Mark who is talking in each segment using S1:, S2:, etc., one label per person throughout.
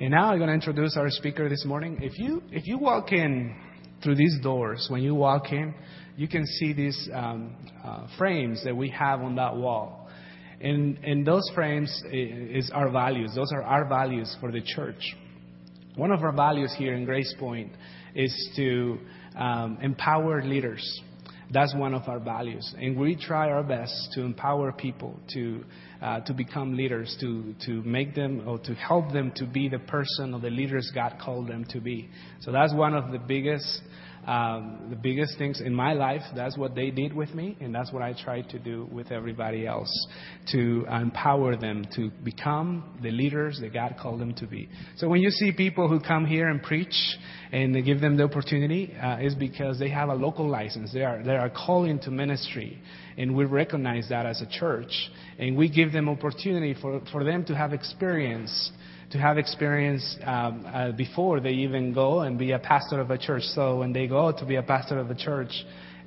S1: And now I'm going to introduce our speaker this morning. If you, if you walk in through these doors, when you walk in, you can see these um, uh, frames that we have on that wall. And, and those frames i- is our values. Those are our values for the church. One of our values here in Grace Point is to um, empower leaders. That's one of our values, and we try our best to empower people to uh, to become leaders, to to make them or to help them to be the person or the leaders God called them to be. So that's one of the biggest um, the biggest things in my life. That's what they did with me, and that's what I try to do with everybody else to empower them to become the leaders that God called them to be. So when you see people who come here and preach and they give them the opportunity, uh, it's because they have a local license. They are they are calling to ministry, and we recognize that as a church, and we give them opportunity for for them to have experience to have experience um, uh, before they even go and be a pastor of a church. So when they go to be a pastor of a church,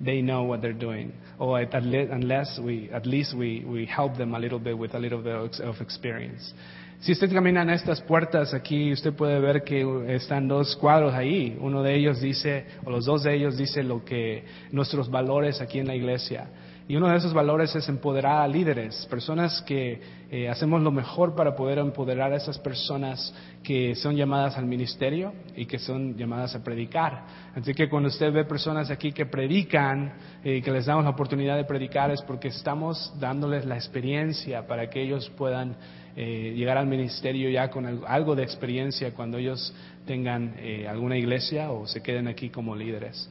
S1: they know what they're doing. Or at, at le- unless we, at least we, we help them a little bit with a little bit of, ex- of experience. Si usted camina en estas puertas aquí, usted puede ver que están dos cuadros ahí. Uno de ellos dice, o los dos de ellos dice lo que nuestros valores aquí en la iglesia. Y uno de esos valores es empoderar a líderes, personas que eh, hacemos lo mejor para poder empoderar a esas personas que son llamadas al ministerio y que son llamadas a predicar. Así que cuando usted ve personas aquí que predican y que les damos la oportunidad de predicar es porque estamos dándoles la experiencia para que ellos puedan eh, llegar al ministerio ya con al- algo de experiencia cuando ellos tengan eh, alguna iglesia o se queden aquí como líderes.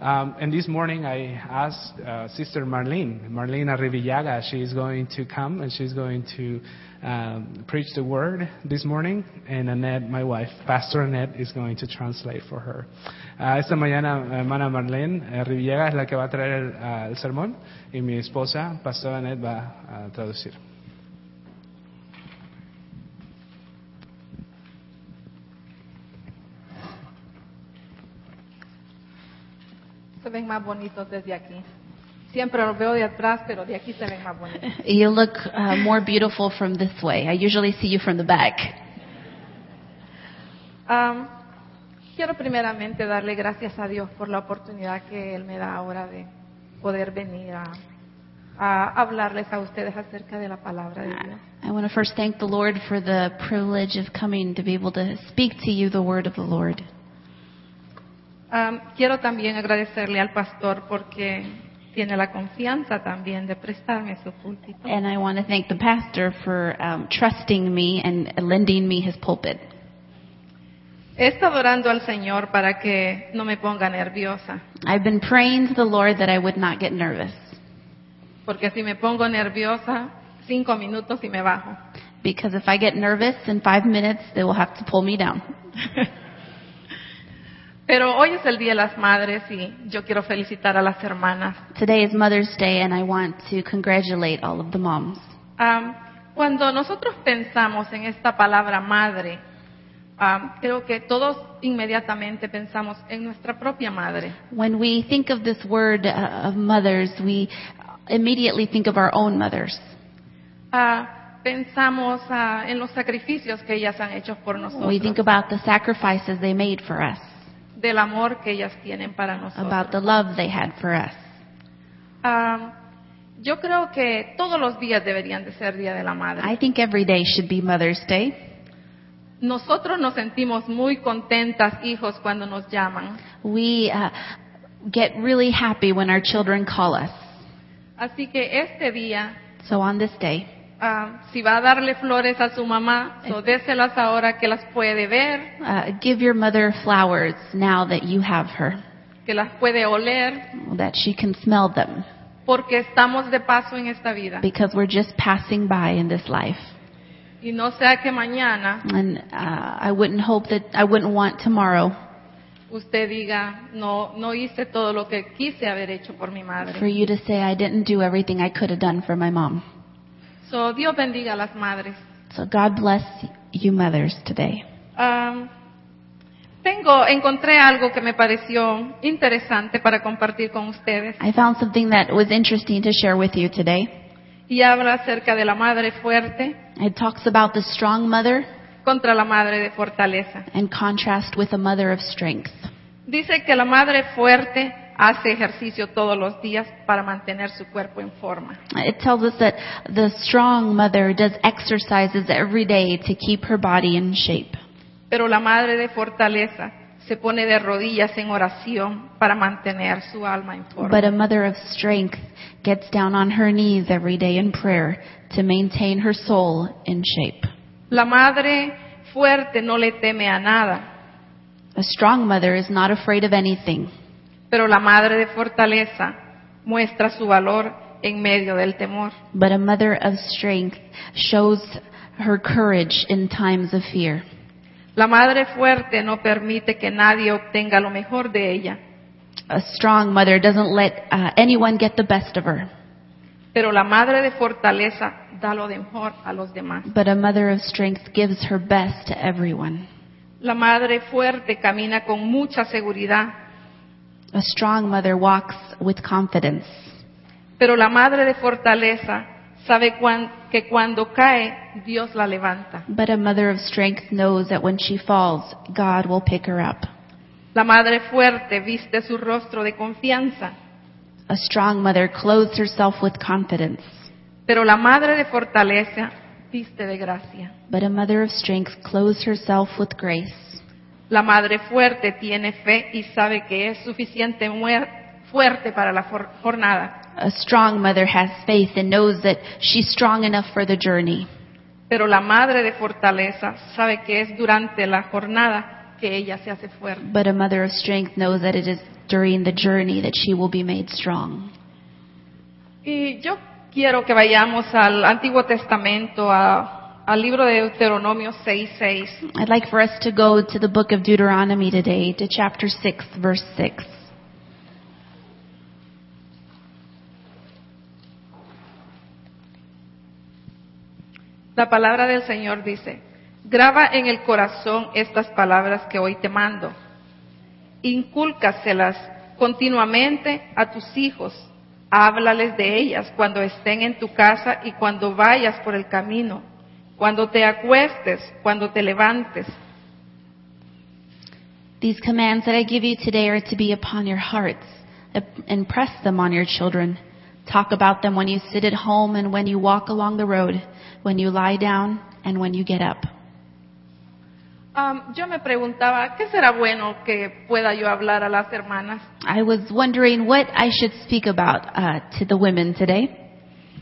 S1: Um, and this morning I asked uh, Sister Marlene, Marlene Arrivillaga, she is going to come and she's going to um, preach the word this morning. And Annette, my wife, Pastor Annette, is going to translate for her. Uh, esta mañana, hermana Marlene Arrivillaga es la que va a traer el, ah, el sermón y mi esposa, Pastor Annette, va a traducir.
S2: Se ven más bonitos desde aquí. Siempre los veo de atrás, pero de aquí se ven más bonitos.
S3: You look uh, more beautiful from this way. I usually see you from the back.
S2: Am, quiero primeramente darle gracias a Dios por la oportunidad que Él me da ahora de poder venir a, a hablarles a ustedes acerca de la palabra de Dios.
S3: I want to first thank the Lord for the privilege of coming to be able to speak to you the word of the Lord.
S2: Am, quiero también agradecerle al pastor porque tiene la confianza también de prestarme su púlpito.
S3: And I want to thank the pastor for um, trusting me and lending me his pulpit.
S2: He estado orando al Señor para que no me ponga nerviosa,
S3: I've been praying to the Lord that I would not get nervous
S2: porque si me pongo nerviosa, cinco minutos y me bajo.
S3: because if I get nervous in five minutes, they will have to pull me down.
S2: Pero hoy es el Día de las Madres y yo quiero felicitar a las hermanas.
S3: Today is Mother's Day, and I want to congratulate all of the moms.
S2: Am, cuando nosotros pensamos en esta palabra madre, am, creo que todos inmediatamente pensamos en nuestra propia madre.
S3: When we think of this word uh, of mothers, we immediately think of our own mothers.
S2: Ah, pensamos ah, en los sacrificios que ellas han hecho por
S3: We think
S2: nosotros,
S3: about the sacrifices they made for us,
S2: del amor que ellas tienen para
S3: about
S2: nosotros.
S3: the love they had for us.
S2: Am, yo creo que todos los días deberían de ser Día de la
S3: I
S2: Madre.
S3: think every day should be Mother's Day.
S2: Nosotros nos sentimos muy contentas, hijos, cuando nos llaman.
S3: We uh, get really happy when our children call us.
S2: Así que este día,
S3: So on this day,
S2: ah, si va a darle flores a su mamá, so déselas ahora que las puede ver,
S3: uh, give your mother flowers now that you have her,
S2: que las puede oler,
S3: that she can smell them,
S2: porque estamos de paso en esta vida.
S3: because we're just passing by in this life.
S2: Y no sea que mañana
S3: And uh, I wouldn't hope that I wouldn't want tomorrow
S2: usted diga, no, no hice todo lo que quise haber hecho por mi
S3: for
S2: madre.
S3: you to say I didn't do everything I could have done for my mom.
S2: So, Dios bendiga a las madres.
S3: So God bless you mothers today.
S2: Am, tengo, encontré algo que me pareció interesante para compartir con ustedes
S3: I found something that was interesting to share with you today.
S2: y habla acerca de la madre fuerte
S3: It talks about the strong mother,
S2: contra la madre de fortaleza.
S3: and contrast with a mother of strength.
S2: Dice que la madre fuerte hace ejercicio todos los días para mantener su cuerpo en forma.
S3: It tells us that the strong mother does exercises every day to keep her body in shape.
S2: Pero la madre de fortaleza se pone de rodillas en oración para mantener su alma en forma.
S3: But a mother of strength gets down on her knees every day in prayer to maintain her soul in shape.
S2: La madre fuerte no le teme a nada,
S3: A strong mother is not afraid of anything,
S2: pero la madre de fortaleza muestra su valor en medio del temor.
S3: but a mother of strength shows her courage in times of fear.
S2: La madre fuerte no permite que nadie obtenga lo mejor de ella,
S3: A strong mother doesn't let uh, anyone get the best of her,
S2: pero la madre de fortaleza da lo de mejor a los demás.
S3: but a mother of strength gives her best to everyone.
S2: La madre fuerte camina con mucha seguridad,
S3: A strong mother walks with confidence,
S2: pero la madre de fortaleza sabe cuan- que cuando cae, Dios la levanta.
S3: but a mother of strength knows that when she falls, God will pick her up.
S2: La madre fuerte viste su rostro de confianza,
S3: A strong mother clothes herself with confidence,
S2: pero la madre de fortaleza viste de gracia.
S3: but a mother of strength clothes herself with grace.
S2: La madre fuerte tiene fe y sabe que es suficiente muer- fuerte para la for- jornada.
S3: A strong mother has faith and knows that she's strong enough for the journey,
S2: Pero la madre de fortaleza sabe que es durante la jornada que ella se hace fuerte.
S3: but a mother of strength knows that it is during the journey that she will be made strong.
S2: Y yo quiero que vayamos al Antiguo Testamento, a- al libro de Deuteronomio 6.6.
S3: I'd like for us to go to the book of Deuteronomy today, to chapter 6, verse 6.
S2: La palabra del Señor dice, graba en el corazón estas palabras que hoy te mando. Incúlcaselas continuamente a tus hijos. Háblales de ellas cuando estén en tu casa y cuando vayas por el camino, cuando te acuestes, cuando te levantes,
S3: These commands that I give you today are to be upon your hearts. Impress them on your children. Talk about them when you sit at home and when you walk along the road, when you lie down and when you get up.
S2: Am, yo me preguntaba, ¿qué será bueno que pueda yo hablar a las hermanas?
S3: I was wondering what I should speak about uh, to the women today,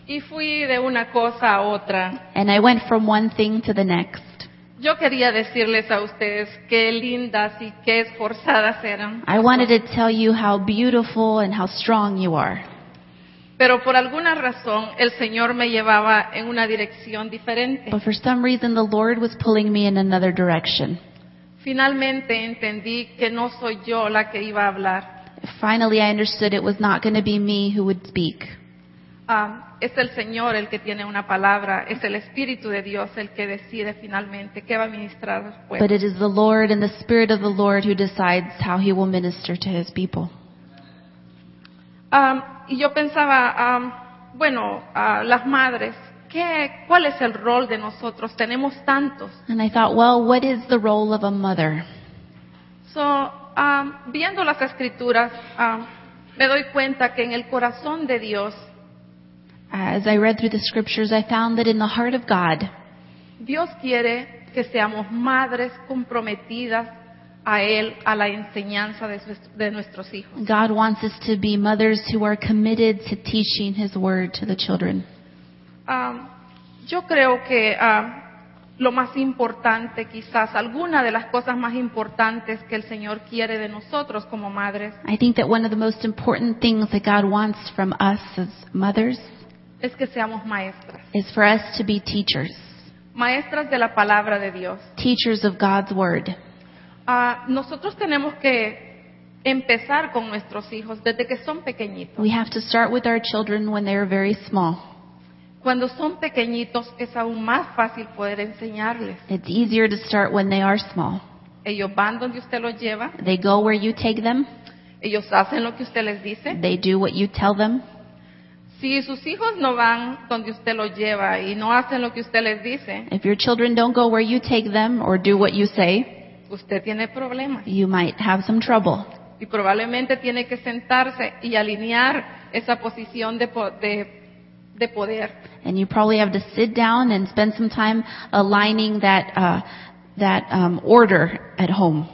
S2: Y fui de una cosa a otra.
S3: and I went from one thing to the next.
S2: Yo quería decirles a ustedes qué lindas y qué esforzadas eran.
S3: I wanted to tell you how beautiful and how strong you are,
S2: Pero por alguna razón el Señor me llevaba en una dirección diferente.
S3: but for some reason the Lord was pulling me in another direction.
S2: Finalmente entendí que no soy yo la que iba a hablar.
S3: Finally, I understood it was not going to be me who would speak.
S2: Am, Ah, es el Señor el que tiene una palabra, es el Espíritu de Dios el que decide finalmente qué va a ministrar después.
S3: But it is the Lord and the Spirit of the Lord who decides how he will minister to his people.
S2: Am, y yo pensaba, am, bueno, a las madres, ¿qué, ¿cuál es el rol de nosotros? Tenemos tantos.
S3: And I thought, well, what is the role of a mother?
S2: So, am, viendo las escrituras, am, me doy cuenta que en el corazón de Dios,
S3: As I read through the scriptures, I found that in the heart of God,
S2: Dios quiere que seamos madres comprometidas a Él, a la enseñanza de, sus- de nuestros hijos.
S3: God wants us to be mothers who are committed to teaching his word to the children.
S2: Am, Ah, yo creo que am, lo más importante, quizás alguna de las cosas más importantes que el Señor quiere de nosotros como madres,
S3: I think that one of the most important things that God wants from us as mothers
S2: es que seamos maestras,
S3: is for us to be teachers,
S2: maestras de la palabra de Dios.
S3: teachers of God's word.
S2: Ah, nosotros tenemos que empezar con nuestros hijos desde que son pequeñitos.
S3: We have to start with our children when they are very small.
S2: Cuando son pequeñitos es aún más fácil poder enseñarles.
S3: It's easier to start when they are small.
S2: Ellos van donde usted los lleva,
S3: They go where you take them.
S2: ellos hacen lo que usted les dice,
S3: They do what you tell them.
S2: Si sus hijos no van donde usted los lleva y no hacen lo que usted les dice,
S3: If your children don't go where you take them or do what you say,
S2: usted tiene problemas.
S3: you might have some trouble.
S2: Y probablemente tiene que sentarse y alinear esa posición de, po- de- de poder.
S3: And you probably have to sit down and spend some time aligning that, uh, that um, order at home.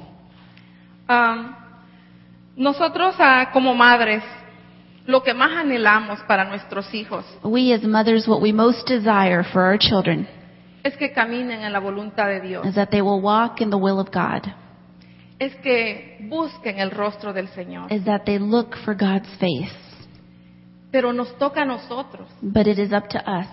S2: Am, nosotros ah, como madres, lo que más anhelamos para nuestros hijos
S3: We as mothers, what we most desire for our children
S2: es que caminen en la voluntad de Dios,
S3: is that they will walk in the will of God,
S2: es que busquen el rostro del Señor.
S3: is that they look for God's face.
S2: Pero nos toca a nosotros
S3: But it is up to us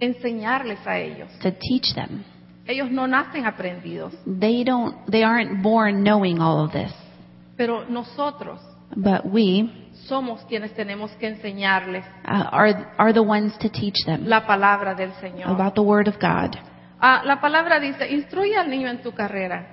S2: enseñarles a ellos.
S3: to teach them.
S2: Ellos no nacen aprendidos,
S3: They don't, they aren't born knowing all of this,
S2: pero nosotros
S3: but we
S2: somos quienes tenemos que enseñarles
S3: uh, are, are the ones to teach them
S2: la palabra del Señor.
S3: about the Word of God.
S2: Ah, la palabra dice, instruye al niño en tu carrera,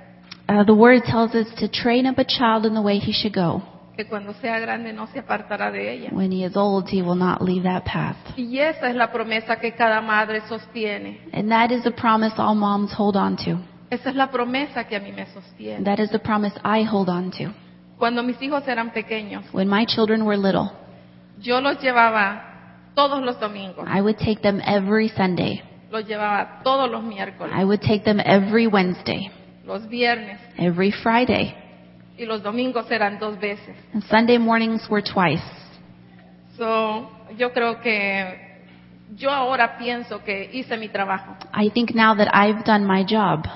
S3: Uh, the Word tells us to train up a child in the way he should go.
S2: que cuando sea grande no se apartará de ella.
S3: When he is old, he will not leave that path.
S2: Y esa es la promesa que cada madre sostiene.
S3: And that is the promise all moms hold on to.
S2: Esa es la promesa que a mí me sostiene.
S3: That is the promise I hold on to.
S2: Cuando mis hijos eran pequeños,
S3: When my children were little,
S2: yo los llevaba todos los domingos,
S3: I would take them every Sunday.
S2: los llevaba todos los miércoles,
S3: I would take them every Wednesday,
S2: los viernes
S3: every Friday.
S2: y los domingos eran dos veces.
S3: And Sunday mornings were twice.
S2: So, yo creo que yo ahora pienso que hice mi trabajo.
S3: I think now that I've done my job,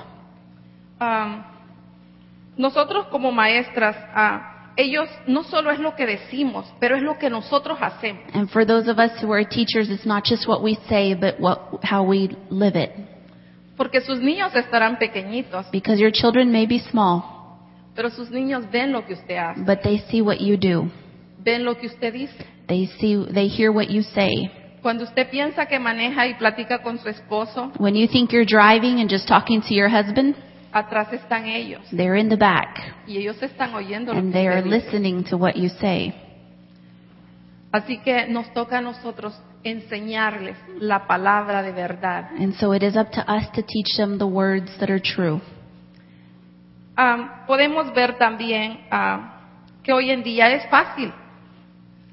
S2: Am, Um, nosotros como maestras, ah, ellos no solo es lo que decimos, pero es lo que nosotros hacemos.
S3: and for those of us who are teachers, it's not just what we say, but what, how we live it.
S2: Porque sus niños estarán pequeñitos,
S3: Because your children may be small,
S2: pero sus niños ven lo que usted hace,
S3: but they see what you do.
S2: ven lo que usted dice.
S3: They see, they hear what you say.
S2: Cuando usted piensa que maneja y platica con su esposo,
S3: When you think you're driving and just talking to your husband,
S2: atrás están ellos
S3: they're in the back
S2: y ellos están oyendo lo que
S3: and they are
S2: usted dice.
S3: listening to what you say.
S2: Así que nos toca a nosotros enseñarles la palabra de verdad.
S3: And so it is up to us to teach them the words that are true.
S2: Ah, podemos ver también ah, que hoy en día es fácil,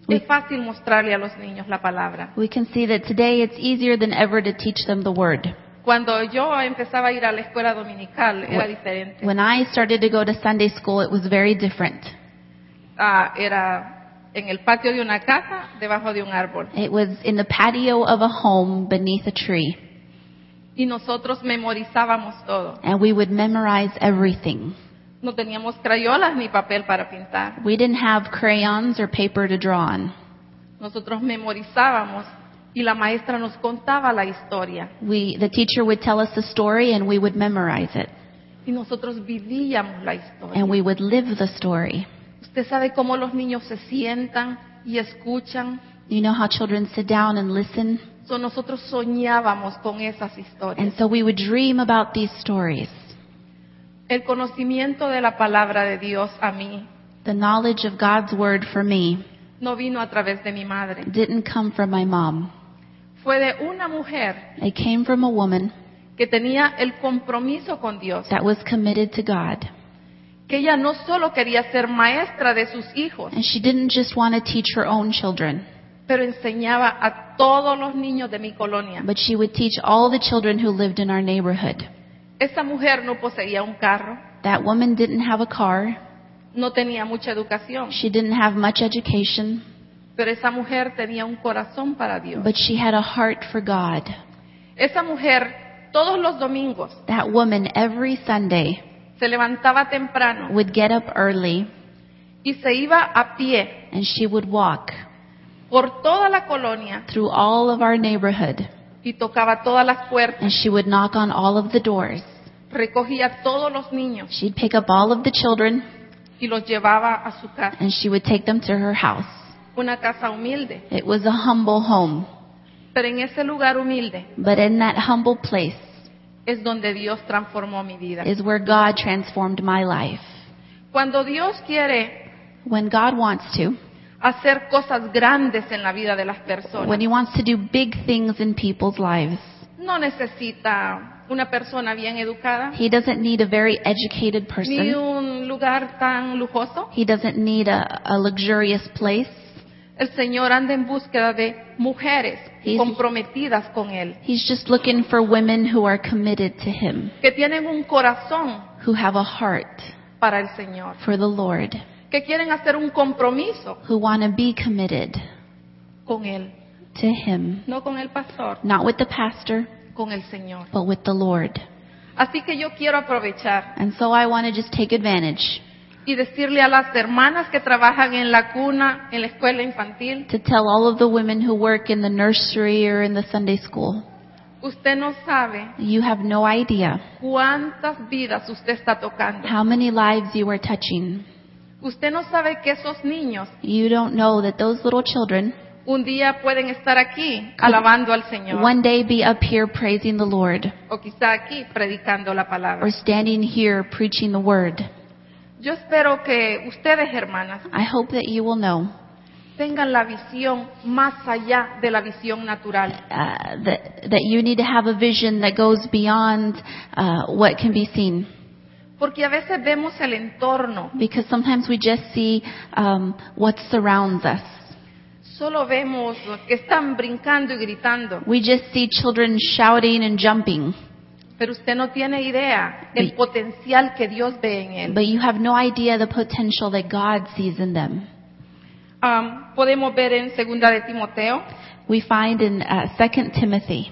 S2: es fácil mostrarle a los niños la palabra.
S3: We can see that today it's easier than ever to teach them the word.
S2: Cuando yo empezaba a ir a la escuela dominical era diferente.
S3: When I started to go to Sunday school, it was very different.
S2: Ah, era en el patio de una casa, debajo de un árbol.
S3: It was in the patio of a home beneath a tree,
S2: Y nosotros memorizábamos todo.
S3: and we would memorize everything.
S2: No teníamos crayolas ni papel para pintar.
S3: We didn't have crayons or paper to draw on.
S2: Nosotros memorizábamos y la maestra nos contaba la historia.
S3: We, the teacher would tell us a story and we would memorize it.
S2: Y nosotros vivíamos la historia.
S3: And we would live the story.
S2: Usted sabe cómo los niños se sientan y escuchan.
S3: You know how children sit down and listen?
S2: So, nosotros soñábamos con esas
S3: And
S2: historias.
S3: so we would dream about these stories.
S2: El conocimiento de la palabra de Dios a mí
S3: The knowledge of God's word for me
S2: no vino a través de mi madre.
S3: didn't come from my mom.
S2: Fue de una mujer
S3: It came from a woman
S2: que tenía el compromiso con Dios,
S3: that was committed to God.
S2: que ella no solo quería ser maestra de sus hijos,
S3: And she didn't just want to teach her own children,
S2: pero enseñaba a todos los niños de mi colonia.
S3: but she would teach all the children who lived in our neighborhood.
S2: Esa mujer no poseía un carro,
S3: That woman didn't have a car.
S2: no tenía mucha educación,
S3: She didn't have much education,
S2: pero esa mujer tenía un corazón para Dios.
S3: but she had a heart for God.
S2: Esa mujer todos los domingos
S3: That woman every Sunday
S2: se levantaba temprano
S3: would get up early
S2: y se iba a pie
S3: and she would walk
S2: por toda la colonia
S3: through all of our neighborhood
S2: y tocaba todas las puertas,
S3: and she would knock on all of the doors.
S2: recogía a todos los niños
S3: She'd pick up all of the children
S2: y los llevaba a su casa,
S3: and she would take them to her house.
S2: una casa humilde.
S3: It was a humble home,
S2: Pero en ese lugar humilde
S3: but in that humble place
S2: es donde Dios transformó mi vida.
S3: is where God transformed my life.
S2: Cuando Dios quiere
S3: When God wants to,
S2: hacer cosas grandes en la vida de las personas.
S3: When He wants to do big things in people's lives,
S2: No necesita una persona bien educada,
S3: He doesn't need a very educated
S2: ni
S3: person.
S2: un lugar tan lujoso.
S3: He doesn't need a, a luxurious place.
S2: El Señor anda en búsqueda de mujeres
S3: Sí, sí.
S2: comprometidas con Él,
S3: He's just looking for women who are committed to Him,
S2: que tienen un corazón
S3: who have a heart
S2: para el Señor,
S3: for the Lord,
S2: que quieren hacer un compromiso
S3: who want to be committed
S2: con Él,
S3: to Him,
S2: no con el pastor,
S3: not with the pastor,
S2: con el Señor.
S3: but with the Lord.
S2: Así que yo quiero aprovechar
S3: And so I want to just take advantage
S2: y decirle a las hermanas que trabajan en la cuna, en la escuela infantil,
S3: to tell all of the women who work in the nursery or in the Sunday school,
S2: usted no sabe
S3: you have no idea
S2: cuántas vidas usted está tocando.
S3: how many lives you are touching.
S2: Usted no sabe que esos niños
S3: You don't know that those little children
S2: un día pueden estar aquí alabando al Señor
S3: one day be up here praising the Lord
S2: o quizá aquí predicando la palabra.
S3: or standing here preaching the word.
S2: Yo espero que ustedes, hermanas,
S3: I hope that you will know
S2: tengan la visión más allá de la visión natural.
S3: uh, that that you need to have a vision that goes beyond uh, what can be seen.
S2: Porque a veces vemos el entorno,
S3: Because sometimes we just see um, what surrounds us.
S2: solo vemos que están brincando y gritando,
S3: We just see children shouting and jumping,
S2: pero usted no tiene idea
S3: Sí.
S2: del potencial que Dios ve en él.
S3: but you have no idea the potential that God sees in them.
S2: Am, Ah, podemos ver en segunda de Timoteo,
S3: We find in uh, 2 Timothy,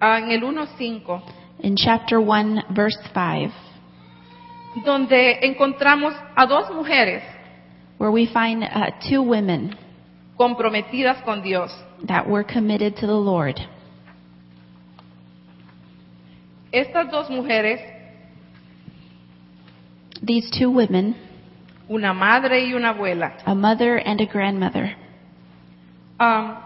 S2: ah, en el 1.5,
S3: in chapter 1, verse 5,
S2: donde encontramos a dos mujeres
S3: where we find uh, two women
S2: comprometidas con Dios.
S3: that were committed to the Lord.
S2: Estas dos mujeres,
S3: These two women,
S2: una madre y una abuela,
S3: a mother and a grandmother,
S2: am,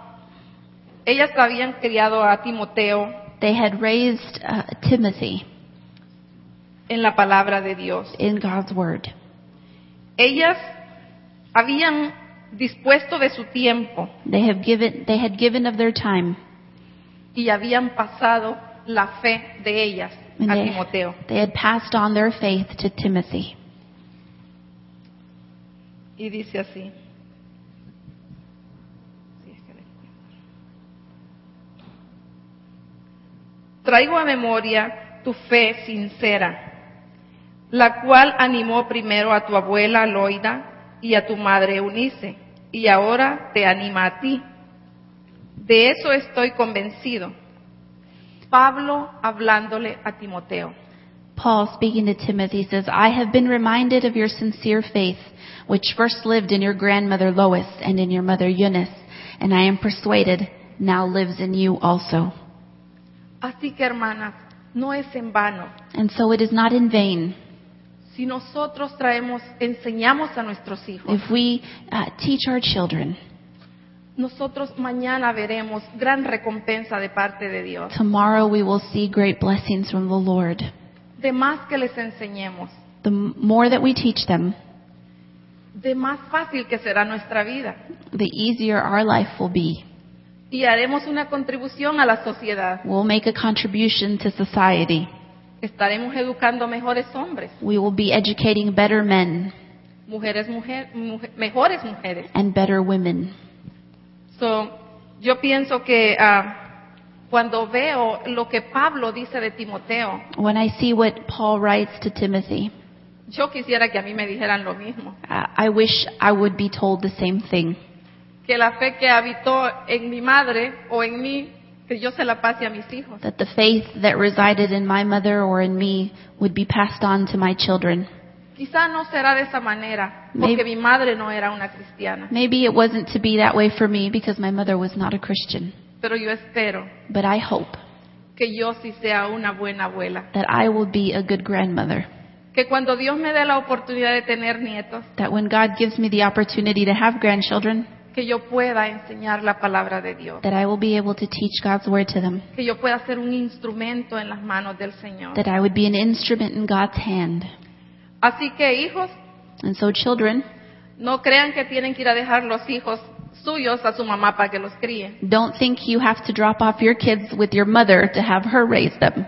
S2: ellas habían criado a Timoteo
S3: they had raised uh, Timothy
S2: en la palabra de Dios.
S3: in God's word.
S2: Ellas habían dispuesto de su tiempo
S3: They, have given, they had given of their time,
S2: y habían pasado la fe de ellas
S3: and
S2: a
S3: they-
S2: Timoteo.
S3: they had passed on their faith to Timothy.
S2: Y dice así. Traigo a memoria tu fe sincera, la cual animó primero a tu abuela Loida y a tu madre Eunice, y ahora te anima a ti. De eso estoy convencido. Pablo hablándole a Timoteo.
S3: Paul, speaking to Timothy, says, I have been reminded of your sincere faith, which first lived in your grandmother Lois and in your mother Eunice, and I am persuaded now lives in you also.
S2: Así que hermanas, no es en vano
S3: And so it is not in vain
S2: Si nosotros traemos, enseñamos a nuestros hijos,
S3: if we uh, teach our children.
S2: nosotros mañana veremos gran recompensa de parte de Dios.
S3: Tomorrow we will see great blessings from the Lord.
S2: De más que les enseñemos,
S3: The m- more that we teach them,
S2: de más fácil que será nuestra vida.
S3: the easier our life will be.
S2: Y haremos una contribución a la sociedad.
S3: We'll make a contribution to society.
S2: Estaremos educando mejores hombres,
S3: We will be educating better men
S2: mujeres, mujer, mujer- mejores mujeres.
S3: and better women.
S2: So, yo pienso que ah, cuando veo lo que Pablo dice de Timoteo,
S3: When I see what Paul writes to Timothy,
S2: yo quisiera que a mí me dijeran lo mismo.
S3: uh, I wish I would be told the same thing.
S2: que la fe que habitó en mi madre o en mí, que yo se la pase a mis hijos.
S3: That the faith that resided in my mother or in me would be passed on to my children.
S2: Quizá no será de esa manera, porque mi
S3: Maybe-
S2: madre no era una cristiana,
S3: Maybe it wasn't to be that way for me because my mother was not a Christian.
S2: pero yo espero
S3: But I hope
S2: que yo sí sea una buena abuela.
S3: that I will be a good grandmother.
S2: Que cuando Dios me dé la oportunidad de tener nietos,
S3: That when God gives me the opportunity to have grandchildren,
S2: que yo pueda enseñar la palabra de Dios.
S3: that I will be able to teach God's word to them.
S2: Que yo pueda ser un instrumento en las manos del Señor.
S3: That I would be an instrument in God's hand.
S2: Así que hijos,
S3: And so children,
S2: No crean que tienen que ir a dejar los hijos suyos a su mamá para que los críe.
S3: Don't think you have to drop off your kids with your mother to have her raise them.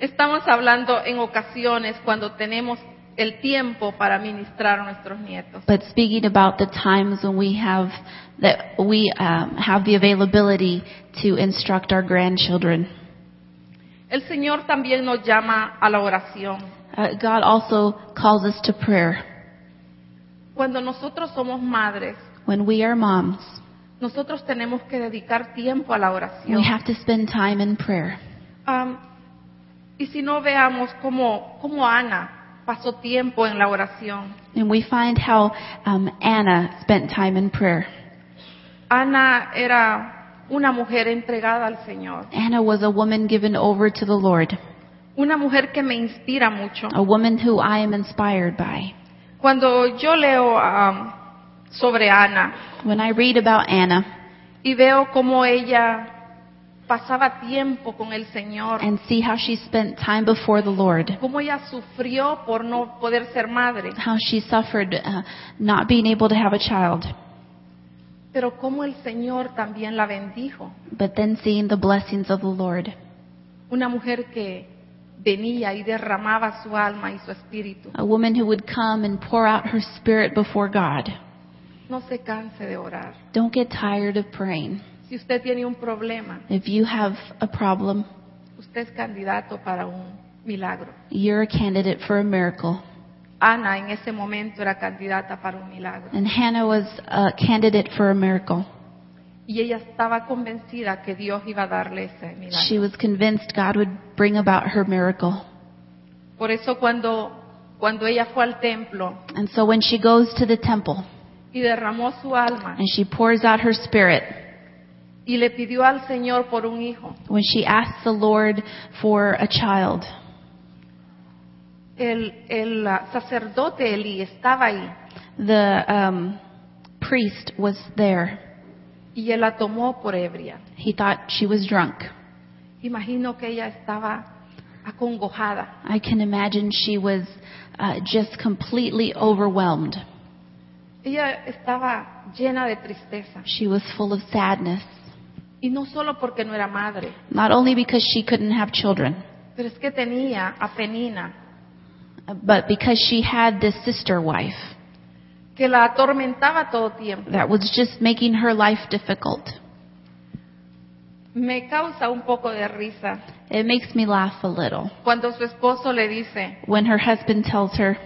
S2: Estamos hablando en ocasiones cuando tenemos el tiempo para ministrar a nuestros nietos.
S3: But speaking about the times when we have that we um, have the availability to instruct our grandchildren,
S2: El Señor también nos llama a la oración.
S3: uh, God also calls us to prayer.
S2: Cuando nosotros somos madres,
S3: When we are moms,
S2: nosotros tenemos que dedicar tiempo a la oración.
S3: we have to spend time in prayer.
S2: Am, y si no veamos cómo, cómo Ana pasó tiempo en la oración.
S3: And we find how um, Anna spent time in prayer.
S2: Ana era una mujer entregada al Señor,
S3: Anna was a woman given over to the Lord,
S2: una mujer que me inspira mucho.
S3: a woman who I am inspired by.
S2: Cuando yo leo am, sobre Ana
S3: When I read about Anna
S2: y veo cómo ella pasaba tiempo con el Señor,
S3: and see how she spent time before the Lord,
S2: cómo ella sufrió por no poder ser madre,
S3: how she suffered uh, not being able to have a child,
S2: pero cómo el Señor también la bendijo,
S3: but then seeing the blessings of the Lord,
S2: una mujer que venía y derramaba su alma y su espíritu.
S3: a woman who would come and pour out her spirit before God.
S2: No se canse de orar.
S3: Don't get tired of praying.
S2: Si usted tiene un problema,
S3: If you have a problem,
S2: usted es candidato para un milagro.
S3: you're a candidate for a miracle.
S2: Ana en ese momento era candidata para un milagro.
S3: And Hannah was a candidate for a miracle.
S2: Y ella estaba convencida que Dios iba a darle ese milagro.
S3: She was convinced God would bring about her miracle.
S2: Por eso cuando, cuando ella fue al templo
S3: And so when she goes to the temple
S2: y derramó su alma
S3: and she pours out her spirit,
S2: y le pidió al Señor por un hijo,
S3: when she asks the Lord for a child,
S2: el, el ah, sacerdote Elí estaba ahí
S3: the um, priest was there.
S2: y él la tomó por ebria.
S3: He thought she was drunk.
S2: Imagino que ella estaba acongojada.
S3: I can imagine she was uh, just completely overwhelmed.
S2: Ella estaba llena de tristeza.
S3: She was full of sadness,
S2: Y no solo porque no era madre,
S3: not only because she couldn't have children,
S2: pero es que tenía a Penina,
S3: but because she had this sister wife.
S2: que la atormentaba todo tiempo.
S3: that was just making her life difficult.
S2: Me causa un poco de risa
S3: It makes me laugh a little
S2: cuando su esposo le dice,
S3: when her husband tells her,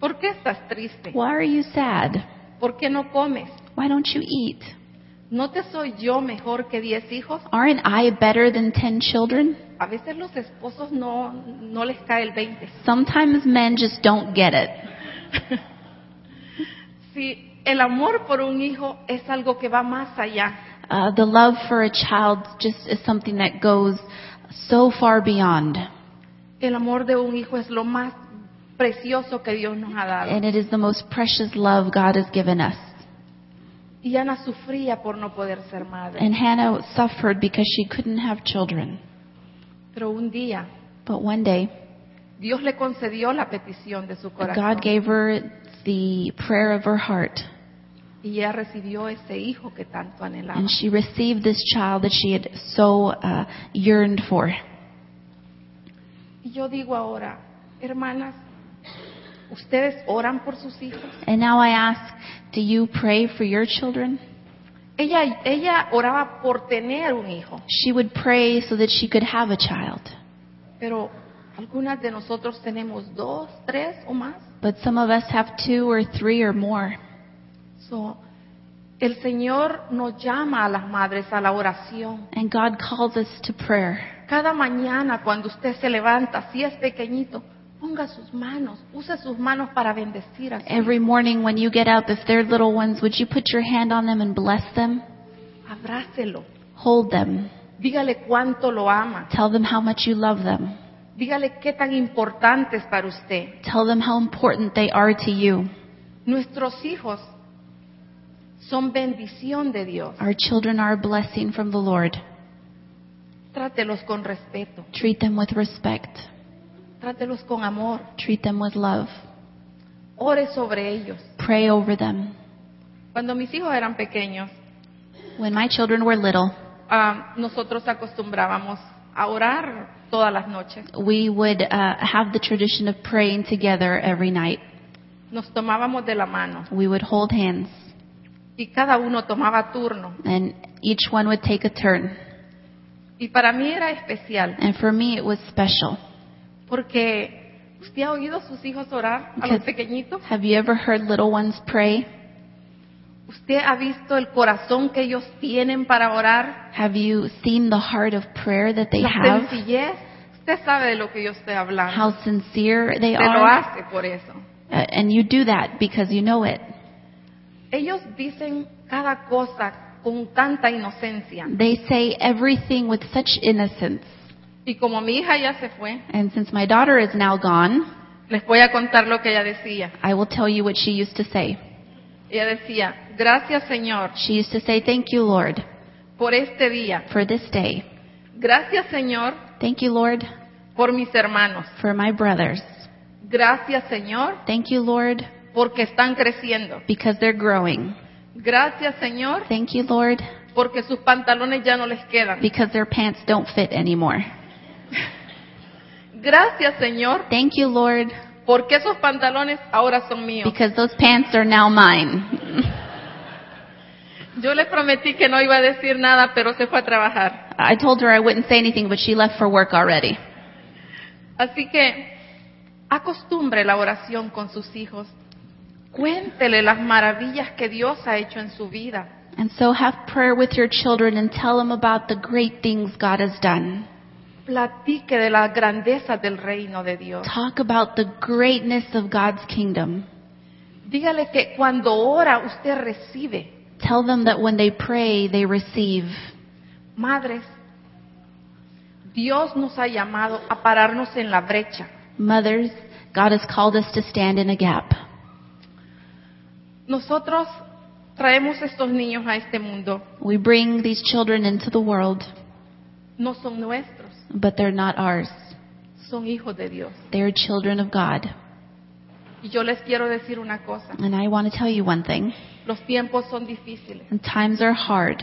S2: ¿por qué estás triste?
S3: Why are you sad?
S2: ¿Por qué no comes?
S3: Why don't you eat?
S2: ¿No te soy yo mejor que diez hijos?
S3: Aren't I better than 10 children?
S2: A veces los esposos no, no les cae el 20.
S3: Sometimes men just don't get it.
S2: Sí, el amor por un hijo es algo que va más allá.
S3: Uh, the love for a child just is something that goes so far beyond.
S2: El amor de un hijo es lo más precioso que Dios nos ha dado.
S3: And it is the most precious love God has given us.
S2: Y Ana sufría por no poder ser madre.
S3: And Hannah suffered because she couldn't have children.
S2: Pero un día
S3: But one day,
S2: Dios le concedió la petición de su corazón.
S3: God gave her the prayer of her heart.
S2: Y ella recibió ese hijo que tanto anhelaba.
S3: And she received this child that she had so uh, yearned for.
S2: Y yo digo ahora, hermanas, ¿ustedes oran por sus hijos?
S3: And now I ask, do you pray for your children?
S2: Ella, ella oraba por tener un hijo,
S3: She would pray so that she could have a child.
S2: pero algunas de nosotros tenemos dos, tres o más.
S3: But some of us have two or three or more.
S2: So, el Señor nos llama a las madres a la oración.
S3: And God calls us to prayer.
S2: Cada mañana cuando usted se levanta, si es pequeñito, ponga sus manos, use sus manos para bendecir a su
S3: Every morning when you get up, if they're little ones, would you put your hand on them and bless them?
S2: hijo. Abrácelo.
S3: Hold them.
S2: Dígale cuánto lo ama.
S3: Tell them how much you love them.
S2: Dígale qué tan importante es para usted.
S3: Tell them how important they are to you.
S2: Nuestros hijos son bendición de Dios.
S3: Our children are a blessing from the Lord.
S2: Trátelos con respeto.
S3: Treat them with respect.
S2: Trátelos con amor.
S3: Treat them with love.
S2: Ore sobre ellos.
S3: Pray over them.
S2: Cuando mis hijos eran pequeños,
S3: When my children were little,
S2: ah, nosotros acostumbrábamos a orar todas las noches.
S3: we would uh, have the tradition of praying together every night.
S2: Nos tomábamos de la mano
S3: We would hold hands,
S2: y cada uno tomaba turno.
S3: and each one would take a turn.
S2: Y para mí era especial
S3: And for me, it was special.
S2: porque usted ha oído a sus hijos orar a los
S3: Because-
S2: pequeñitos.
S3: Have you ever heard little ones pray?
S2: Usted ha visto el corazón que ellos tienen para orar,
S3: Have you seen the heart of prayer that they
S2: la
S3: have?
S2: sencillez. Usted sabe de lo que yo estoy hablando.
S3: How sincere they
S2: Usted lo
S3: are?
S2: hace por eso.
S3: Uh, And you do that because you know it.
S2: Ellos dicen cada cosa con tanta inocencia.
S3: They say everything with such innocence.
S2: Y como mi hija ya se fue,
S3: And since my daughter is now gone,
S2: les voy a contar lo que ella decía.
S3: I will tell you what she used to say.
S2: Ella decía, gracias Señor
S3: She used to say, Thank you, Lord,
S2: por este día.
S3: for this day.
S2: Gracias Señor
S3: Thank you, Lord,
S2: por mis hermanos.
S3: for my brothers.
S2: Gracias Señor
S3: Thank you, Lord,
S2: porque están creciendo.
S3: because they're growing.
S2: Gracias Señor
S3: Thank you, Lord,
S2: porque sus pantalones ya no les quedan.
S3: because their pants don't fit anymore.
S2: Gracias Señor
S3: Thank you, Lord,
S2: porque esos pantalones ahora son míos.
S3: because those pants are now mine.
S2: Yo les prometí que no iba a decir nada, pero se fue a trabajar.
S3: I told her I wouldn't say anything, but she left for work already.
S2: Así que acostumbre la oración con sus hijos. Cuéntele las maravillas que Dios ha hecho en su vida.
S3: And so have prayer with your children and tell them about the great things God has done.
S2: Platique de la grandeza del reino de Dios.
S3: Talk about the greatness of God's kingdom.
S2: Dígale que cuando ora usted recibe.
S3: Tell them that when they pray, they receive.
S2: Madres, Dios nos ha llamado a pararnos en la brecha.
S3: Mothers, God has called us to stand in a gap.
S2: Nosotros traemos estos niños a este mundo.
S3: We bring these children into the world,
S2: No son nuestros,
S3: but they're not ours.
S2: son hijos de Dios.
S3: They are children of God.
S2: Y yo les quiero decir una cosa.
S3: And I want to tell you one thing.
S2: Los tiempos son difíciles.
S3: And times are hard.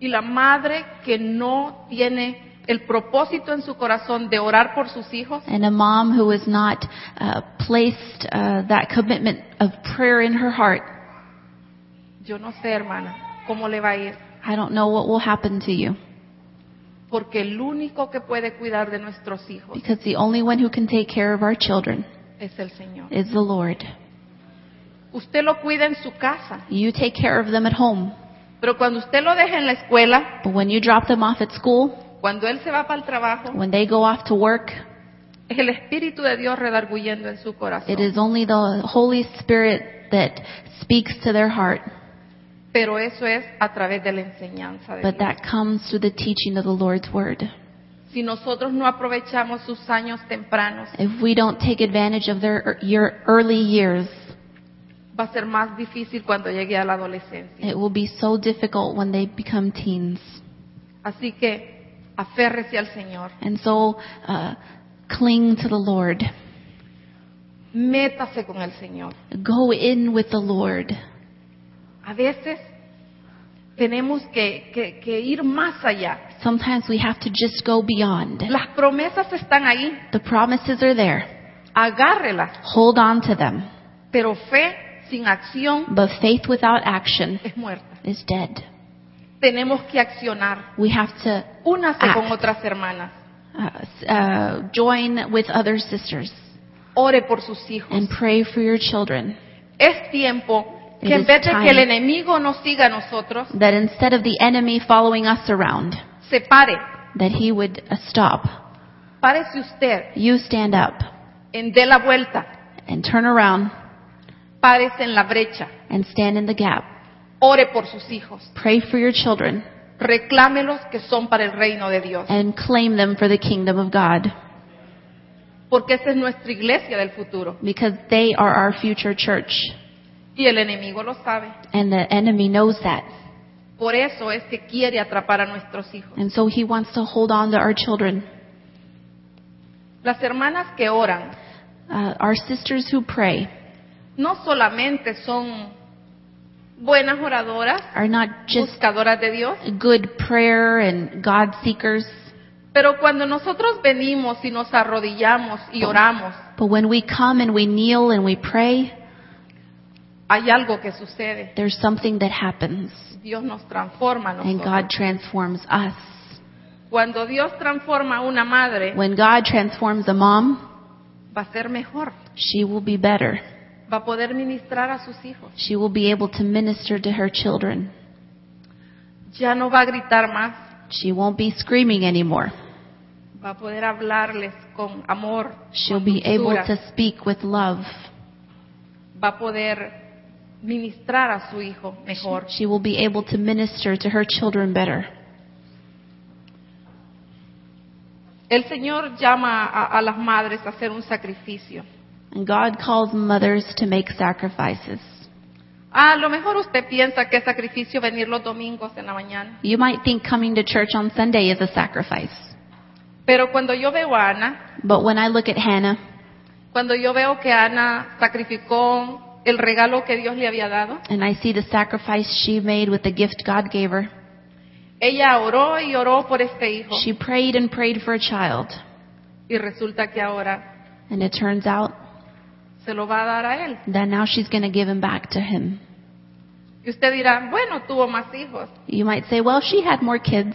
S2: Y la madre que no tiene el propósito en su corazón de orar por sus hijos,
S3: And a mom who has not uh, placed uh, that commitment of prayer in her heart,
S2: yo no sé, hermana, cómo le va a ir.
S3: I don't know what will happen to you.
S2: Porque el único que puede cuidar de nuestros hijos
S3: Because the only one who can take care of our children
S2: es el Señor.
S3: is the Lord.
S2: Usted lo cuida en su casa,
S3: You take care of them at home.
S2: pero cuando usted lo deja en la escuela,
S3: But when you drop them off at school,
S2: cuando él se va para el trabajo,
S3: when they go off to work,
S2: es el Espíritu de Dios redarguyendo en su
S3: it
S2: corazón.
S3: is only the Holy Spirit that speaks to their heart.
S2: Pero eso es a través de la enseñanza de
S3: But
S2: Dios.
S3: that comes through the teaching of the Lord's Word.
S2: Si nosotros no aprovechamos sus años tempranos,
S3: If we don't take advantage of their ear- year, early years,
S2: va a ser más difícil cuando llegue a la adolescencia.
S3: it will be so difficult when they become teens.
S2: Así que aférrese al Señor,
S3: And so, uh, cling to the Lord.
S2: métase con el Señor.
S3: Go in with the Lord.
S2: A veces tenemos que, que- que ir más allá.
S3: Sometimes we have to just go beyond.
S2: Las promesas están ahí,
S3: The promises are there.
S2: agárrelas,
S3: Hold on to them.
S2: pero fe sin acción
S3: But faith without action
S2: es muerta.
S3: is dead.
S2: Tenemos que accionar.
S3: We have to
S2: Únase con
S3: Act.
S2: otras hermanas,
S3: uh, s- uh, join with other sisters
S2: ore por sus hijos.
S3: and pray for your children.
S2: Es tiempo
S3: It
S2: que en
S3: is
S2: vez de que el
S3: time.
S2: enemigo nos siga a nosotros,
S3: That instead of the enemy following us around,
S2: se pare.
S3: that he would uh, stop.
S2: Párese usted,
S3: You stand up
S2: en dé la vuelta,
S3: and turn around
S2: párese en la brecha,
S3: and stand in the gap.
S2: ore por sus hijos.
S3: Pray for your children
S2: reclámelos que son para el reino de Dios,
S3: and claim them for the kingdom of God
S2: porque esa es nuestra iglesia del futuro
S3: because they are our future church
S2: y el enemigo lo sabe.
S3: and the enemy knows that.
S2: Por eso es que quiere atrapar a nuestros hijos.
S3: And so he wants to hold on to our children.
S2: Las hermanas que oran
S3: Uh, our sisters who pray,
S2: no solamente son buenas oradoras,
S3: are not just
S2: buscadoras de Dios,
S3: good prayer and God seekers,
S2: pero cuando nosotros venimos y nos arrodillamos y oramos,
S3: but when we come and we kneel and we pray,
S2: hay algo que sucede.
S3: there's something that happens
S2: Dios nos transforma a
S3: and
S2: nosotros.
S3: God transforms us.
S2: Cuando Dios transforma a una madre,
S3: When God transforms a mom,
S2: va a ser mejor,
S3: she will be better.
S2: va a poder ministrar a sus hijos.
S3: She will be able to minister to her children.
S2: Ya no va a gritar más,
S3: She won't be screaming anymore.
S2: va a poder hablarles con amor,
S3: She'll
S2: con
S3: be able
S2: dulzura,
S3: to speak with love.
S2: va a poder ministrar a su hijo mejor.
S3: She will be able to minister to her children better.
S2: El Señor llama a, a las madres a hacer un sacrificio.
S3: And God calls mothers to make sacrifices.
S2: Ah, a lo mejor usted piensa que es sacrificio venir los domingos en la mañana,
S3: You might think coming to church on Sunday is a sacrifice,
S2: pero cuando yo veo a Ana,
S3: but when I look at Hannah,
S2: cuando yo veo que Ana sacrificó el regalo que Dios le había dado,
S3: and I see the sacrifice she made with the gift God gave her.
S2: ella oró y oró por este hijo
S3: She prayed and prayed for a child,
S2: y resulta que ahora
S3: and it turns out
S2: se lo va a dar a él.
S3: that now she's going to give him back to him.
S2: Y usted dirá, bueno, tuvo más hijos,
S3: You might say, well, she had more kids,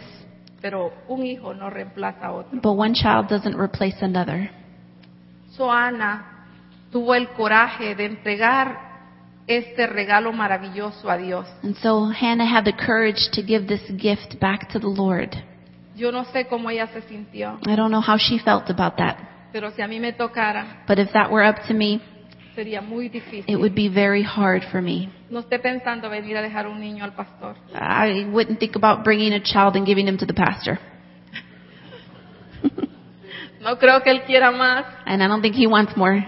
S2: pero un hijo no reemplaza a otro.
S3: but one child doesn't replace another.
S2: So Ana tuvo el coraje de entregar este regalo maravilloso a Dios.
S3: And so Hannah had the courage to give this gift back to the Lord.
S2: Yo no sé cómo ella se sintió,
S3: I don't know how she felt about that,
S2: pero si a mí me tocara,
S3: but if that were up to me,
S2: sería muy
S3: it
S2: difícil.
S3: would be very hard for me.
S2: No esté pensando venir a dejar un niño al pastor.
S3: I wouldn't think about bringing a child and giving him to the pastor.
S2: No creo que él quiera más,
S3: And I don't think he wants more.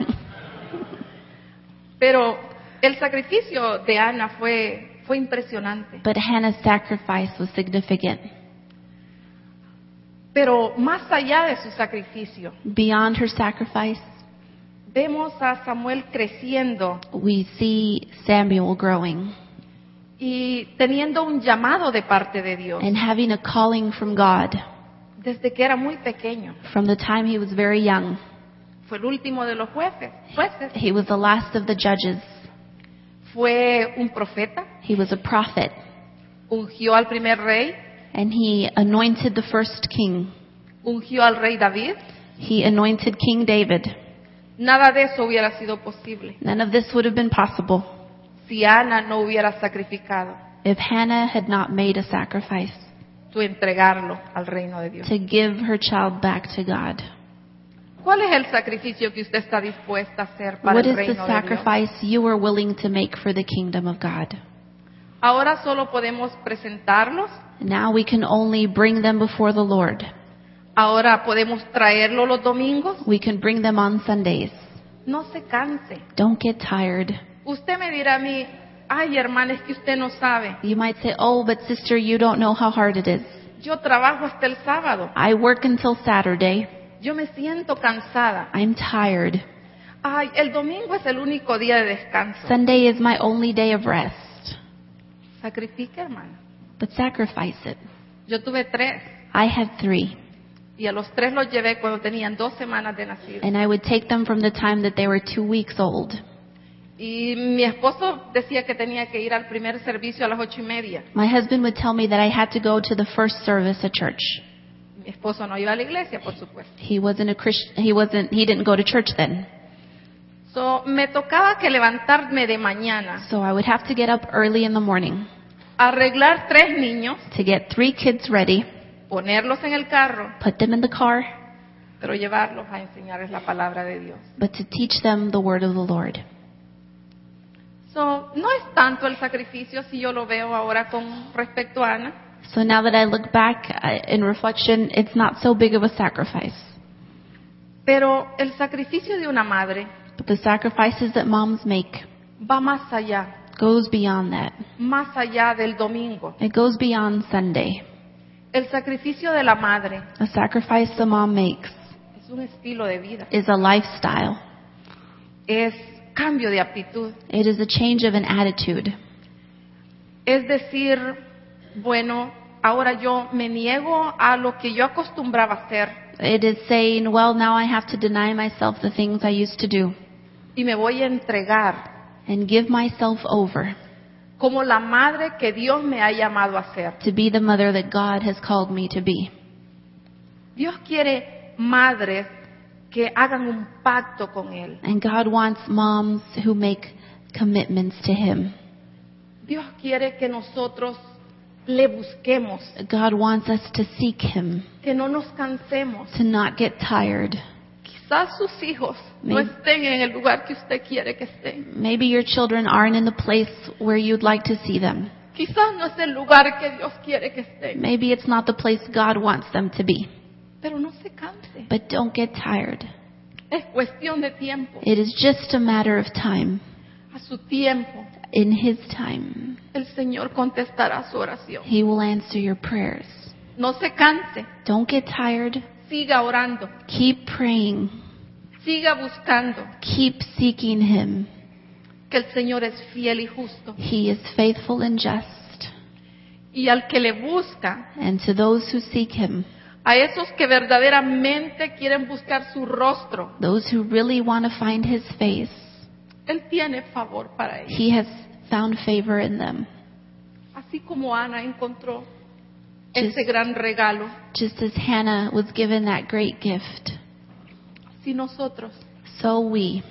S2: pero el sacrificio de Ana fue, fue impresionante.
S3: but Hannah's sacrifice was significant.
S2: Pero más allá de su sacrificio,
S3: Beyond her sacrifice,
S2: vemos a Samuel creciendo
S3: we see Samuel growing
S2: y teniendo un llamado de parte de Dios
S3: and having a calling from God
S2: desde que era muy pequeño.
S3: from the time he was very young.
S2: Fue el último de los jueces. jueces.
S3: He was the last of the judges.
S2: Fue un profeta,
S3: He was a prophet
S2: ungió al primer rey,
S3: and he anointed the first king.
S2: ungió al rey David.
S3: He anointed King David.
S2: Nada de eso hubiera sido posible
S3: None of this would have been possible
S2: si Ana no hubiera sacrificado
S3: if Hannah had not made a sacrifice
S2: tu entregarlo al reino de Dios.
S3: to give her child back to God.
S2: ¿Cuál es el sacrificio que usted está dispuesta a hacer para
S3: What
S2: el
S3: is the
S2: reino de Dios?
S3: sacrifice you are willing to make for the kingdom of God?
S2: Ahora solo podemos presentarlos
S3: Now we can only bring them before the Lord.
S2: Ahora podemos traerlo los domingos.
S3: We can bring them on Sundays.
S2: No se canse.
S3: Don't get tired.
S2: Usted me dirá a mí, ay hermana, es que usted no sabe.
S3: You might say, Oh, but sister, you don't know how hard it is.
S2: Yo trabajo hasta el sábado.
S3: I work until Saturday.
S2: Yo me siento cansada.
S3: I'm tired.
S2: Ay, el domingo es el único día de descanso.
S3: Sunday is my only day of rest.
S2: Sacrifique, hermana.
S3: But sacrifice it.
S2: Yo tuve tres
S3: I had three,
S2: y a los tres los llevé cuando tenían dos semanas de nacido.
S3: and I would take them from the time that they were two weeks old.
S2: Y mi esposo decía que tenía que ir al primer servicio a las ocho y media.
S3: My husband would tell me that I had to go to the first service at church.
S2: Mi esposo no iba a la iglesia, por supuesto.
S3: He wasn't a Christian. He wasn't. He didn't go to church then.
S2: So, me tocaba que levantarme de mañana,
S3: So I would have to get up early in the morning
S2: arreglar tres niños,
S3: to get three kids ready,
S2: ponerlos en el carro,
S3: put them in the car,
S2: pero llevarlos a enseñarles la palabra de Dios.
S3: but to teach them the word of the Lord.
S2: So, no es tanto el sacrificio si yo lo veo ahora con respecto a Ana,
S3: So now that I look back I, in reflection, it's not so big of a sacrifice.
S2: pero el sacrificio de una madre
S3: But the sacrifices that moms make
S2: va más allá,
S3: goes beyond that.
S2: más allá del domingo.
S3: It goes beyond Sunday.
S2: El sacrificio de la madre
S3: A sacrifice the mom makes
S2: es un estilo de vida,
S3: is a lifestyle.
S2: es cambio de actitud.
S3: It is a change of an attitude.
S2: Es decir, bueno, ahora yo me niego a lo que yo acostumbraba a hacer
S3: It is saying, well, now I have to deny myself the things I used to do
S2: y me voy a entregar
S3: and give myself over
S2: como la madre que Dios me ha llamado a ser.
S3: to be the mother that God has called me to be.
S2: Dios quiere madres que hagan un pacto con Él.
S3: And God wants moms who make commitments to Him.
S2: Dios quiere que nosotros le busquemos,
S3: God wants us to seek Him,
S2: que no nos cansemos.
S3: to not get tired.
S2: Quizás sus hijos no
S3: Amén.
S2: estén en el lugar que usted quiere que estén.
S3: Maybe your children aren't in the place where you'd like to see them.
S2: Quizás no es el lugar que Dios quiere que estén.
S3: Maybe it's not the place God wants them to be.
S2: Pero no se canse.
S3: But don't get tired.
S2: Es cuestión de tiempo.
S3: It is just a matter of time.
S2: A su tiempo,
S3: In His time,
S2: el Señor contestará su oración.
S3: He will answer your prayers.
S2: No se canse.
S3: Don't get tired.
S2: Siga orando.
S3: Keep praying.
S2: Siga buscando.
S3: Keep seeking Him.
S2: Que el Señor es fiel y justo.
S3: He is faithful and just.
S2: Y al que le busca,
S3: And to those who seek Him,
S2: a esos que verdaderamente quieren buscar su rostro,
S3: those who really want to find His face,
S2: Él tiene favor para ellos.
S3: He has found favor in them.
S2: Así como Ana encontró
S3: Sí.
S2: ese gran regalo,
S3: Just as Hannah was given that great gift,
S2: así nosotros,
S3: so we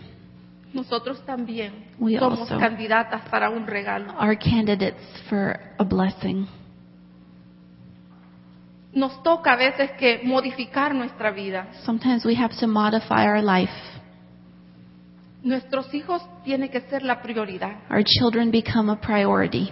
S2: nosotros también
S3: We
S2: somos
S3: also.
S2: candidatas para un regalo.
S3: are candidates for a blessing.
S2: Nos toca a veces que modificar nuestra vida.
S3: Sometimes we have to modify our life.
S2: Nuestros hijos tienen que ser la prioridad.
S3: Our children become a priority.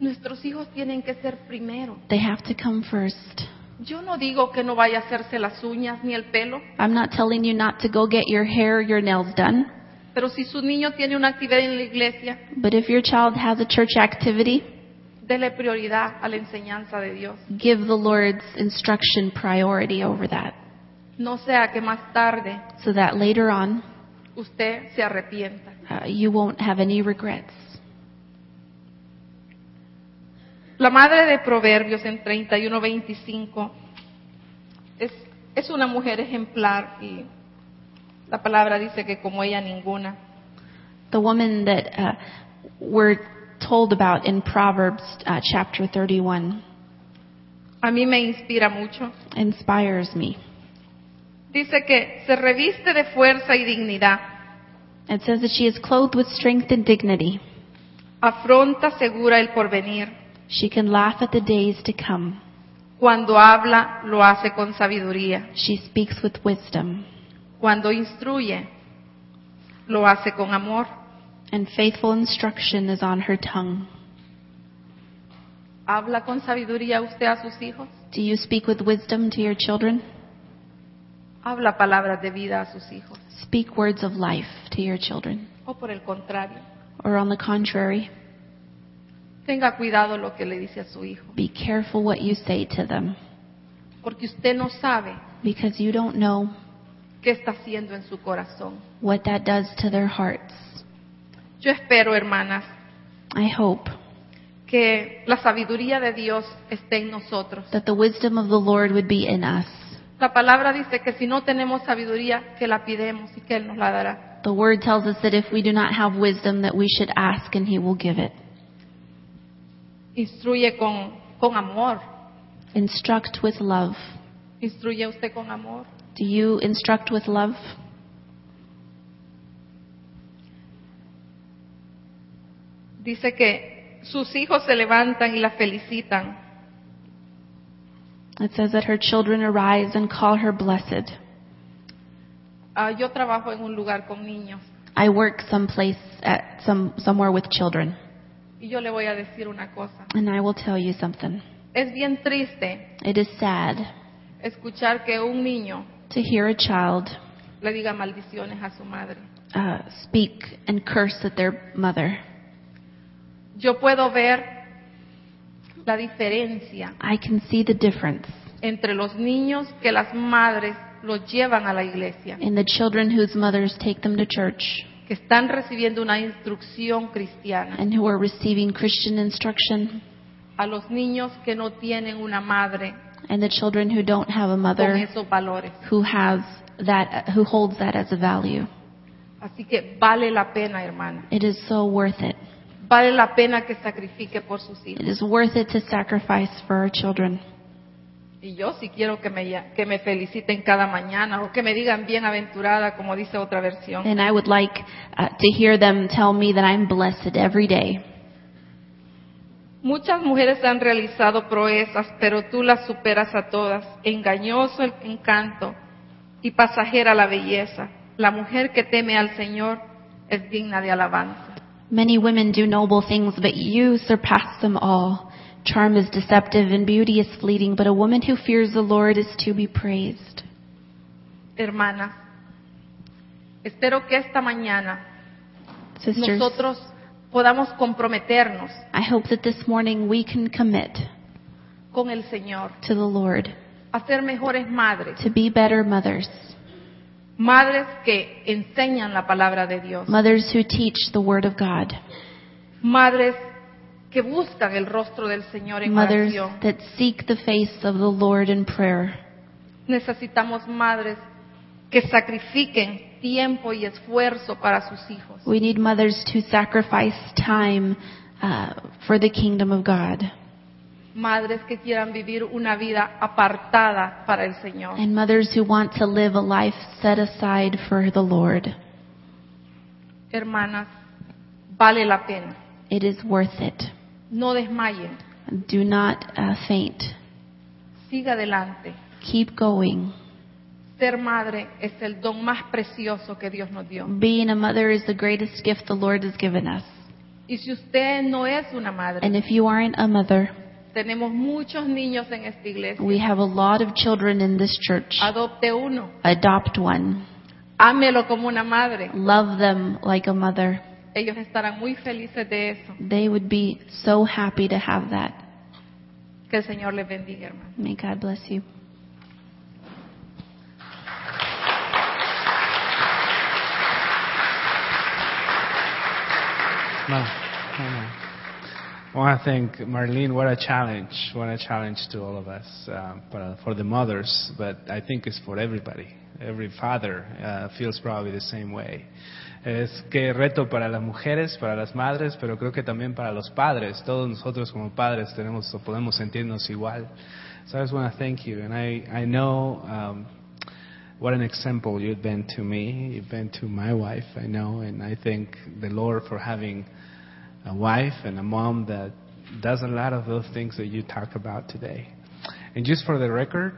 S2: Nuestros hijos tienen que ser primero.
S3: They have to come first.
S2: Yo no digo que no vaya a hacerse las uñas ni el pelo,
S3: I'm not telling you not to go get your hair or your nails done,
S2: pero si su niño tiene una actividad en la iglesia,
S3: but if your child has a church activity,
S2: Dele prioridad a la enseñanza de Dios.
S3: give the Lord's instruction priority over that
S2: No sea que más tarde
S3: so that later on
S2: usted se arrepienta.
S3: uh, you won't have any regrets.
S2: La madre de Proverbios en 31:25 es, es una mujer ejemplar y la palabra dice que como ella ninguna.
S3: The woman that uh, we're told about in Proverbs uh, chapter 31
S2: A mí me inspira mucho.
S3: inspires me.
S2: Dice que se reviste de fuerza y dignidad,
S3: It says that she is clothed with strength and dignity.
S2: afronta segura el porvenir.
S3: She can laugh at the days to come.
S2: Cuando habla, lo hace con sabiduría.
S3: She speaks with wisdom,
S2: Cuando instruye, lo hace con amor.
S3: and faithful instruction is on her tongue.
S2: ¿Habla con sabiduría usted a sus hijos?
S3: Do you speak with wisdom to your children?
S2: ¿Habla palabras de vida a sus hijos?
S3: Speak words of life to your children.
S2: ¿O por el contrario?
S3: Or, on the contrary,
S2: Tenga cuidado lo que le dice a su hijo,
S3: be careful what you say to them,
S2: porque usted no sabe
S3: because you don't know
S2: qué está haciendo en su corazón.
S3: what that does to their hearts.
S2: Yo espero, hermanas,
S3: I hope
S2: que la sabiduría de Dios esté en nosotros.
S3: that the wisdom of the Lord would be in us.
S2: La palabra dice que si no tenemos sabiduría, que la pidemos y que Él nos la dará.
S3: The Word tells us that if we do not have wisdom, that we should ask and He will give it.
S2: Instruye con, con amor.
S3: Instruct with love.
S2: Instruye usted con amor.
S3: Do you instruct with love?
S2: Dice que sus hijos se levantan y la felicitan.
S3: It says that her children arise and call her blessed.
S2: Ah, yo trabajo en un lugar con niños
S3: I work someplace at some somewhere with children,
S2: y yo le voy a decir una cosa.
S3: and I will tell you something.
S2: Es bien triste
S3: It is sad
S2: escuchar que un niño
S3: to hear a child
S2: le diga maldiciones a su madre.
S3: uh, speak and curse at their mother.
S2: Yo puedo ver la diferencia
S3: I can see the difference
S2: entre los niños que las madres los llevan a la iglesia
S3: in the children whose mothers take them to church
S2: que están recibiendo una instrucción cristiana,
S3: and who are receiving Christian instruction,
S2: a los niños que no tienen una madre
S3: and the children who don't have a
S2: con
S3: mother
S2: esos valores.
S3: who has that who holds that as a value.
S2: Así que vale la pena, hermana.
S3: It is so worth it.
S2: Vale la pena que sacrifique por sus hijos.
S3: It is worth it to sacrifice for our children.
S2: Y yo sí quiero que me, ya- que me feliciten cada mañana o que me digan bienaventurada, como dice otra versión.
S3: And I would like uh, to hear them tell me that I'm blessed every day.
S2: Muchas mujeres han realizado proezas, pero tú las superas a todas. Engañoso el encanto y pasajera la belleza. La mujer que teme al Señor es digna de alabanza.
S3: Many women do noble things, but you surpass them all. Charm is deceptive and beauty is fleeting, but a woman who fears the Lord is to be praised.
S2: Hermanas, espero que esta mañana
S3: Sisters,
S2: nosotros podamos comprometernos
S3: I hope that this morning we can commit
S2: con el Señor
S3: to the Lord
S2: a ser mejores madres.
S3: to be better mothers,
S2: Madres que enseñan la palabra de Dios.
S3: mothers who teach the Word of God,
S2: Madres que buscan el rostro del Señor en
S3: mothers
S2: oración.
S3: that seek the face of the Lord in prayer.
S2: Necesitamos madres que sacrifiquen tiempo y esfuerzo para sus hijos.
S3: We need mothers to sacrifice time uh, for the kingdom of God,
S2: Madres que quieran vivir una vida apartada para el Señor.
S3: and mothers who want to live a life set aside for the Lord.
S2: Hermanas, vale la pena.
S3: It is worth it.
S2: No desmayen.
S3: Do not uh, faint.
S2: Siga adelante.
S3: Keep going.
S2: Ser madre es el don más precioso que Dios nos dio.
S3: Being a mother is the greatest gift the Lord has given us.
S2: Y si usted no es una madre,
S3: And if you aren't a mother,
S2: Tenemos muchos niños en esta iglesia.
S3: we have a lot of children in this church.
S2: Adopte uno.
S3: Adopt one.
S2: Ámelo como una madre.
S3: Love them like a mother.
S2: Ellos estarán muy felices de eso.
S3: They would be so happy to have that.
S2: Que el Señor les bendiga, hermano.
S3: May God bless you.
S1: No, no, no. I want to thank Marlene. What a challenge! What a challenge to all of us, uh, but for the mothers. But I think it's for everybody. Every father uh, feels probably the same way. Es que reto para las mujeres, para las madres, pero creo que también para los padres. Todos nosotros como padres tenemos o podemos sentirnos igual. So I just want to thank you, and I I know. Um, what an example you've been to me, you've been to my wife, I know, and I thank the Lord for having a wife and a mom that does a lot of those things that you talk about today. And just for the record,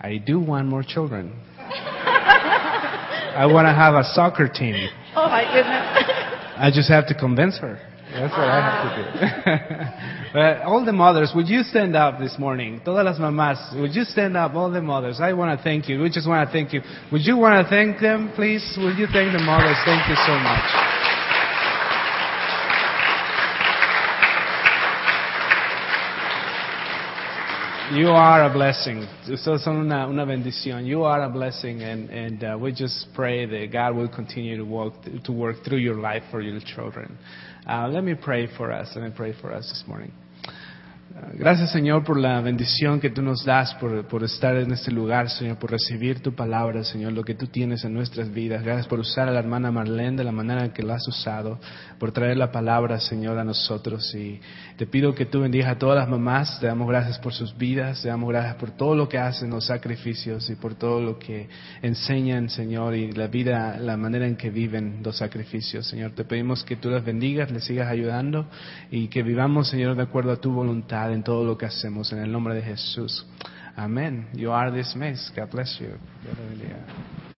S1: I do want more children. I want to have a soccer team.
S2: Oh, my goodness.
S1: I just have to convince her. That's what I have to do. but all the mothers, would you stand up this morning? Todas las mamás, would you stand up? All the mothers, I want to thank you. We just want to thank you. Would you want to thank them, please? Would you thank the mothers? Thank you so much. You are a blessing. So son una, una bendición. You are a blessing, and, and uh, we just pray that God will continue to work, to work through your life for your children. Uh, let me pray for us. Let me pray for us this morning. Gracias Señor por la bendición que tú nos das, por, por estar en este lugar, Señor, por recibir tu palabra, Señor, lo que tú tienes en nuestras vidas. Gracias por usar a la hermana Marlene de la manera en que la has usado, por traer la palabra, Señor, a nosotros. Y te pido que tú bendigas a todas las mamás, te damos gracias por sus vidas, te damos gracias por todo lo que hacen, los sacrificios y por todo lo que enseñan, Señor, y la vida, la manera en que viven los sacrificios, Señor. Te pedimos que tú las bendigas, les sigas ayudando y que vivamos, Señor, de acuerdo a tu voluntad en todo lo que hacemos, en el nombre de Jesús. Amén. You are dismissed. God bless you. Dios te bendiga.